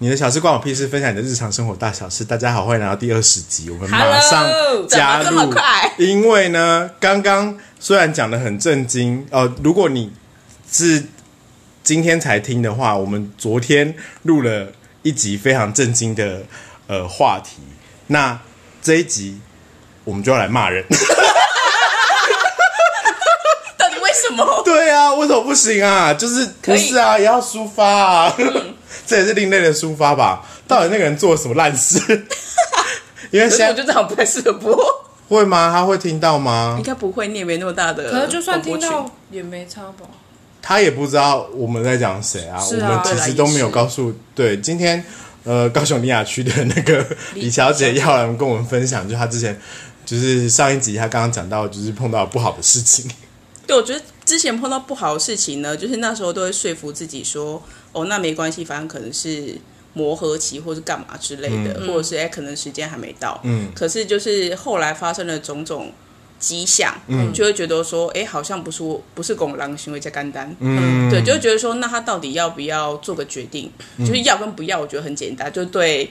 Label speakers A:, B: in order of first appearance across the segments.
A: 你的小事关我屁事，分享你的日常生活大小事。大家好，欢迎来到第二十集，我们马上
B: Hello，
A: 加
B: 怎
A: 入
B: 么这么快，
A: 因为呢，刚刚虽然讲的很震惊，呃，如果你是今天才听的话，我们昨天录了一集非常震惊的呃话题，那这一集我们就要来骂 人。
B: 到底为什 么？
A: 对啊，为什么不行啊？就是
B: 可
A: 不
B: 以
A: 是啊，也要抒发啊， 这也是另类的抒发吧？到底那个人做了什么烂事？ 因为
B: 可
A: 现
B: 是我
A: 在
B: 觉得好不太适合播，
A: 会吗？他会听到吗
B: 应？该不会，你也没那么大的。
C: 可能就算听，到也没差吧。
A: 他也不知道我们在讲谁啊，
C: 是
A: 我
C: 啊
A: 们其实都没有告诉。对，今天呃，高雄尼亚区的那个李小姐要来跟我们分享，就她之前就是上一集她刚刚讲到，就是碰到不好的事情。
B: 对，我觉得之前碰到不好的事情呢，就是那时候都会说服自己说，哦，那没关系，反正可能是磨合期，或是干嘛之类的，或者是哎、可能时间还没到。
A: 嗯
B: 可是就是后来发生了种种迹象，
A: 嗯
B: 就会觉得说，哎、好像不是我，不是拱狼行为在干单。
A: 嗯，
B: 对，就会觉得说，那他到底要不要做个决定？就是要跟不要，我觉得很简单。就对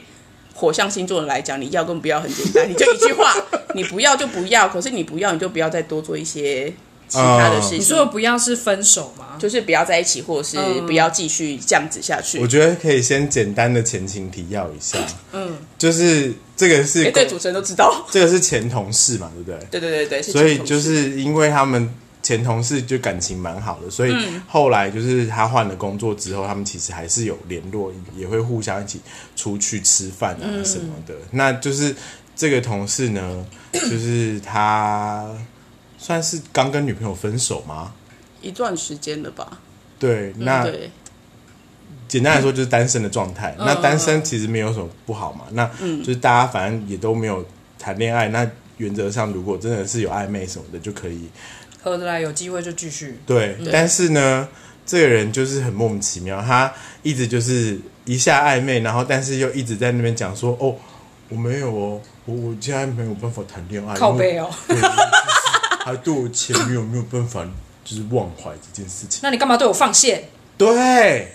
B: 火象星座人来讲，你要跟不要很简 单，你就一句话，你不要就不要。可是你不要，你就不要再多做一些其他的事
C: 你
B: 情，
A: 啊
C: 说的不要是分手吗？
B: 就是不要在一起，或者是
C: 嗯
B: 不要继续这样子下去
A: 我。觉得可以先简单的前情提要一下，
C: 嗯，
A: 就是这个是
B: 哎，对，主持人都知道。
A: 这个是前同事嘛，对不对？
B: 对对对对，是
A: 所以
B: 前同事
A: 就是因为他们前同事就感情蛮好的，所以
B: 嗯
A: 后来就是他换了工作之后，他们其实还是有联络，也会互相一起出去吃饭啊
B: 嗯
A: 什么的。那就是这个同事 呢，就是他算是刚跟女朋友分手吗？
B: 一段时间了吧？
A: 对，那
B: 嗯，对，嗯
A: 简单来说就是单身的状态。那单身其实没有什么不好嘛，那就是大家反正也都没有谈恋爱。那原则上，如果真的是有暧昧什么的，就可以
C: 合得来有机会就继续。
A: 对，但是呢，这个人就是很莫名其妙，他一直就是一下暧昧，然后但是又一直在那边讲说，哦，我没有哦，我我现在没有办法谈恋爱，
C: 靠背哦，
A: 因为，对就是还对我前女友没有办法就是忘怀这件事情，
C: 那你干嘛对我放线？
A: 对。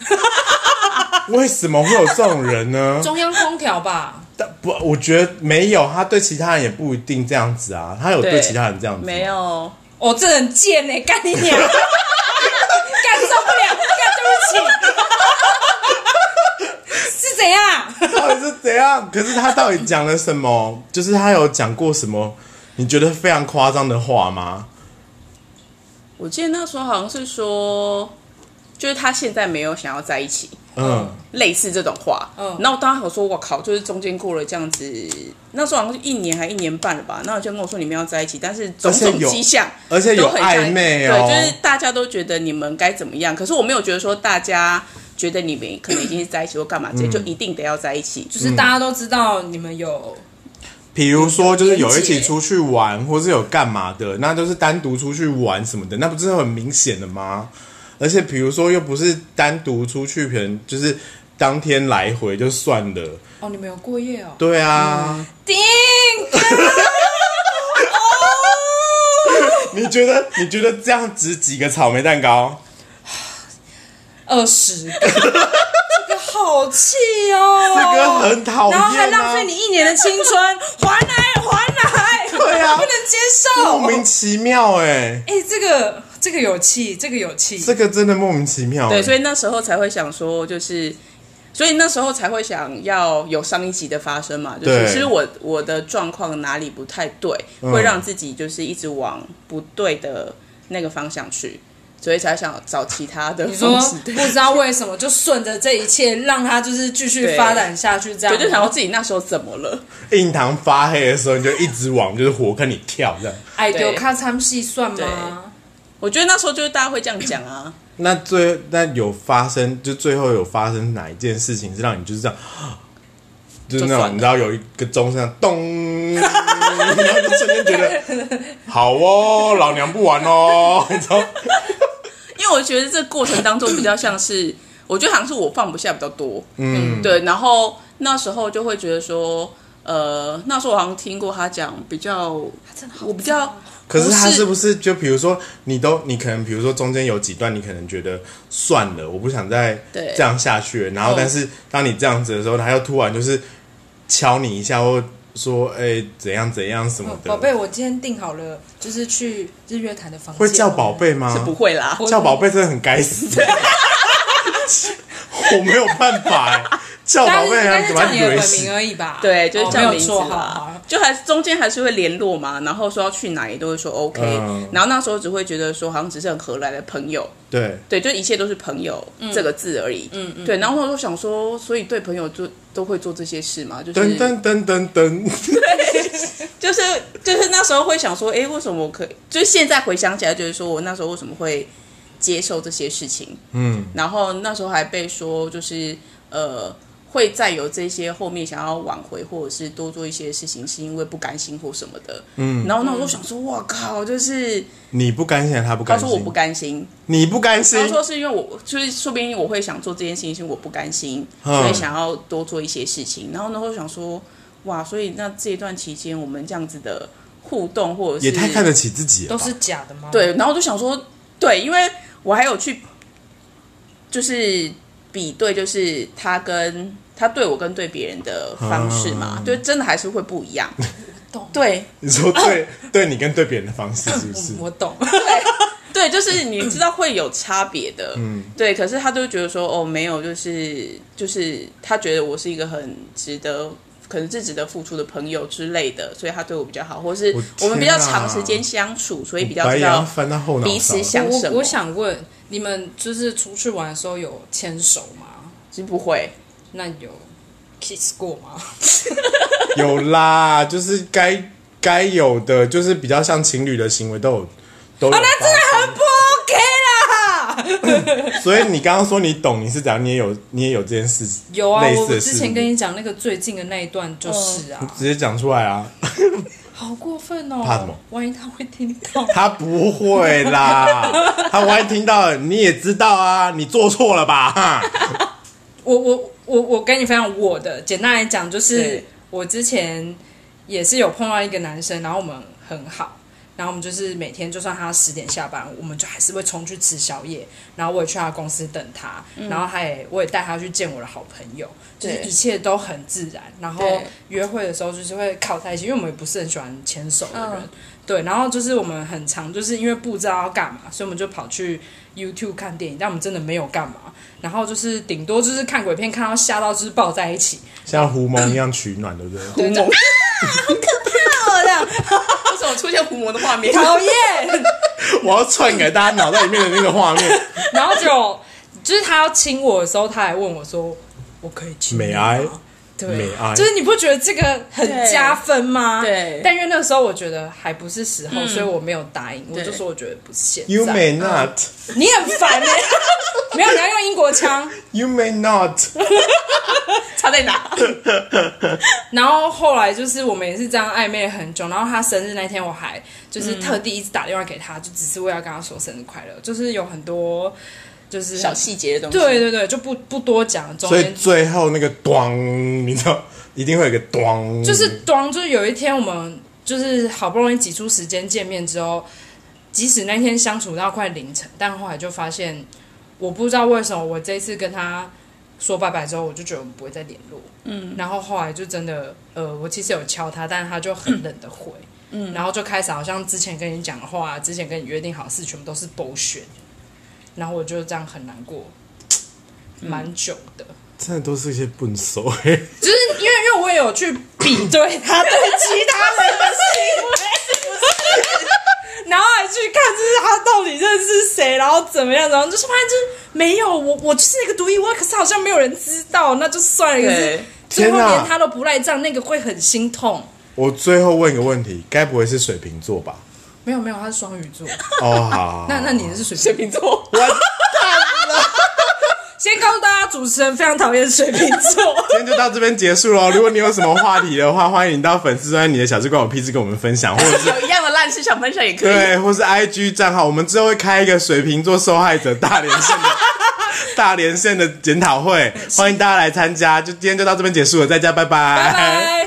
A: 为什么会有这种人 呢？
C: 中央空调吧，
A: 但不，我觉得没有，他对其他人也不一定这样子啊。他有对
B: 对
A: 其他人这样子吗
B: 没有。
C: 哦，这很贱呢，干你 娘！干受不了，干对不起， 是怎样？
A: 到底是怎样？可是他到底讲了什么？就是他有讲过什么你觉得非常夸张的话吗？
B: 我记得那时候好像是说，就是他现在没有想要在一起，
A: 嗯，
B: 类似这种话。嗯
C: 嗯，
B: 然后我当时我说，我靠，就是中间过了这样子，那时候好像是一年还一年半了吧。那我就跟我说你们要在一起，但是种
A: 而且
B: 种
A: 有
B: 迹象
A: 而且
B: 都
A: 有
B: 很像
A: 暧昧哦，
B: 对，就是大家都觉得你们该怎么样，可是我没有觉得说大家觉得你们可能已经是在一起或干嘛
A: 嗯
B: 之类，就一定得要在一起。
C: 就是大家都知道你们有
A: 比如说就是有一
C: 连
A: 起
C: 结
A: 出去玩，或是有干嘛的，那就是单独出去玩什么的，那不是很明显的吗？而且比如说又不是单独出去，可能就是当天来回就算了。
C: 哦，你们有过夜哦。
A: 对啊，
C: 叮，
A: 你觉得你觉得这样值几个草莓蛋糕？
C: 二 十个，这个好气哦，
A: 这个很讨厌、
C: 然
A: 啊，
C: 后还浪费你一年的青春，还来还来，
A: 对啊
C: 我不能接
A: 莫
C: 受。
A: 名其妙哎、
C: 哎、这个这个有气，这个有气，
A: 这个真的莫名其妙、
B: 对，所
A: 以
B: 以那时候才会想说，就是，所以那时候才会想要有上一集的发生嘛，就是
A: 对
B: 其实我我的状况哪里不太对，
A: 嗯
B: 会让自己就是一直往不对的那个方向去，所以才想找其他的
C: 你说
B: 方式。对
C: 不知道为什么就顺着这一切，让它就是继续发展下去，这样
B: 我就想到自己那时候怎么了？
A: 印堂发黑的时候，你就一直往就是火坑里跳这样。
C: 哎，
B: 对
C: 有看参戏算吗？
B: 我觉得那时候就是大家会这样讲啊，
A: 那最那有发生，就最后有发生哪一件事情是让你就是这样， 就是那
B: 就算了
A: 种你知道有一个钟声 咚， 然后就瞬间觉得好哦，老娘不玩哦，你知道？
B: 因为我觉得这过程当中比较像是，我觉得好像是我放不下比较多，嗯，对，然后那时候就会觉得说，呃，那时候我好像听过他讲比较，
C: 真的好
B: 我比较
A: 可是他
B: 不是
A: 是不是就比如说，你都你可能比如说中间有几段，你可能觉得算了，我不想再
B: 对
A: 这样下去了。然后
B: 嗯，
A: 但是当你这样子的时候，他又突然就是敲你一下，或说哎、怎样怎样什么
C: 哦宝
A: 的，
C: 贝，我今天订好了，就是去日月潭的房间。
A: 会叫宝贝
B: 是
A: 吗
B: 不？会啦，
C: 我
A: 叫宝贝真的很该 死，我没有办法、哎叫宝
C: 但
A: 贝
C: 是
A: 还
C: 但
A: 怎
C: 是
A: 么
C: 叫你
A: 怼
C: 的本名
A: 死？
C: 而已吧？
B: 对，就是
C: 哦
B: 叫名字
C: 没有错好
B: 啦
C: 好，
B: 就还中间还是会联络嘛，然后说要去哪里都会说 OK，、
A: 嗯
B: 然后那时候只会觉得说好像只是很合来的朋友，
A: 对，
B: 对，就一切都是朋友、这个字而已，嗯嗯，对，然后我就想说，所以对朋友就都会做这些事嘛，就是
A: 噔噔噔噔噔，
B: 就是就是那时候会想说，哎、为什么我可以？就是现在回想起来，就是说我那时候为什么会接受这些事情？
A: 嗯，
B: 然后那时候还被说，就是呃，会再有这些后面想要挽回或者是多做一些事情，是因为不甘心或什么的。嗯，然后那时候想说，哇靠，就是
A: 你不甘心，他不
B: 他
A: 甘心，
B: 说我不甘心，
A: 你不甘心
B: 他，说是因为我就是说不定我会想做这件事情，是因为我不甘心，
A: 嗯
B: 所以想要多做一些事情。然后呢，我想说，哇，所以那这一段期间我们这样子的互动或者是
A: 也太看得起自己了
C: 都
A: 吧
C: 是假的吗？，
B: 对，然后我就想说，对，因为我还有去就是比对，就是他跟他对我跟对别人的方式嘛，
A: 嗯
B: 就真的还是会不一样。
C: 懂
B: 对
A: 你说对、 对你跟对别人的方 式是不是？
C: 嗯我懂。
B: 对，就是你知道会有差别的，嗯，对。可是他就觉得说，哦，没有，就是就是他觉得我是一个很值得。可能是值得付出的朋友之类的，所以他对我比较好，或是
A: 我
B: 我们比较
A: 天啊
B: 长时间相处，所以比较
A: 白
B: 知
A: 羊
B: 道
A: 翻到后脑
B: 彼
A: 勺
B: 此，想
C: 我
B: 什么。
C: 我想问，你们就是出去玩的时候有牵手吗？
B: 是不会，
C: 那有 kiss 过吗？
A: 有啦，就是该该有的，就是比较像情侣的行为都有都有、
C: 哦那真的 不 OK 啦。
A: 所以你刚刚说你懂，你是怎样？你也有你也有这件事，
C: 有啊，
A: 类
C: 我
A: 似嗯的事
C: 之前跟你讲那个最近的那一段就是啊，
A: 直接讲出来啊，
C: 好过分哦！
A: 怕什么？，
C: 万一他会听到
A: 他不会啦， 他万一听到你也知道啊，你做错了吧？哈，
C: 我我我我跟你分享我的，简单来讲就是
B: 对
C: 我之前也是有碰到一个男生，然后我们很好。然后我们就是每天，就算他十点下班，我们就还是会冲去吃宵夜。然后我也去他公司等他，然后他也我也带他去见我的好朋友，就是
B: 嗯对
C: 一切都很自然。然后
B: 对
C: 约会的时候就是会靠在一起，因为我们也不是很喜欢牵手的
B: 嗯
C: 人。对，然后就是我们很常就是因为不知道要干嘛，所以我们就跑去 YouTube 看电影，但我们真的没有干嘛。然后就是顶多就是看鬼片，看到吓到就是抱在一起，
A: 像狐獴一样取暖，对不 对？
B: 狐獴，为
C: 漂亮，
B: 啊什么出现狐獴的画面？
C: 哦讨厌。
A: 我要篡改大家脑袋里面的那个画面。
C: 然后就就是他要亲我的时候，他还问我说：“我可以亲你
A: 美
C: 吗
A: 哀
C: 对
A: 美哀
C: 就是你不觉得这个很加分吗？
B: 对对嗯
C: 但因为那时候我觉得还不是时候，所以我没有答应，我就
B: 对
C: 说我觉得不是现在。
A: You may not,
C: 你很烦呢、 没有，你要用英国腔。
A: you may not。
B: 差在哪？
C: 然后后来就是我们也是这样暧昧了很久，然后他生日那天我还
A: 嗯
C: 就是特地一直打电话给他，就只是为了跟他说生日快乐，就是有很多就是
B: 小细节的东西。
C: 对对对，就不不多讲，中
A: 所以
C: 间
A: 最后那个咚，你知道，一定会有个咚，
C: 就是装，就是有一天我们就是好不容易挤出时间见面之后，即使那天相处到快凌晨，但后来就发现，我不知道为什么我这一次跟他说拜拜之后，我就觉得我们不会再联络。嗯，然后后来就真的，呃，我其实有敲他，但是他就很冷的回。嗯，然后就开始好像之前跟你讲的话，之前跟你约定好的事，全部都是 bullshit。然后我就这样很难过，蛮久的。
A: 真的都是一些笨手、欸。
C: 就是因为因为我也有去比 对他对其他人的 行为，然后还去看就是他到底认识谁，然后怎么样，然后就是发现就是没有我我就是那个独一无二，可是好像没有人知道，那就算了。可是
B: 对
C: 最后
A: 天哪
C: 连他都不赖账，那个会很心痛。
A: 我最后问一个问题，该不会是水瓶座吧？
C: 没有没有，他是双鱼座。
A: 哦，好好，
C: 那
A: 好
C: 那你是水
B: 水
C: 瓶？
B: 瓶座，
A: 哦
C: 先告诉大家，主持人非常讨厌水瓶 座。
A: 今天就到这边结束喽。如果你有什么话题的话，欢迎你到粉丝专你的小事关我屁事跟我们分享，或 者是
B: 有一样的烂事想分享也可以。
A: 对，或是 IG 账号，我们之后会开一个水瓶座受害者大连线的 大连线的检讨会，欢迎大家来参加。就今天就到这边结束了，大家拜
C: 拜拜。
A: 哎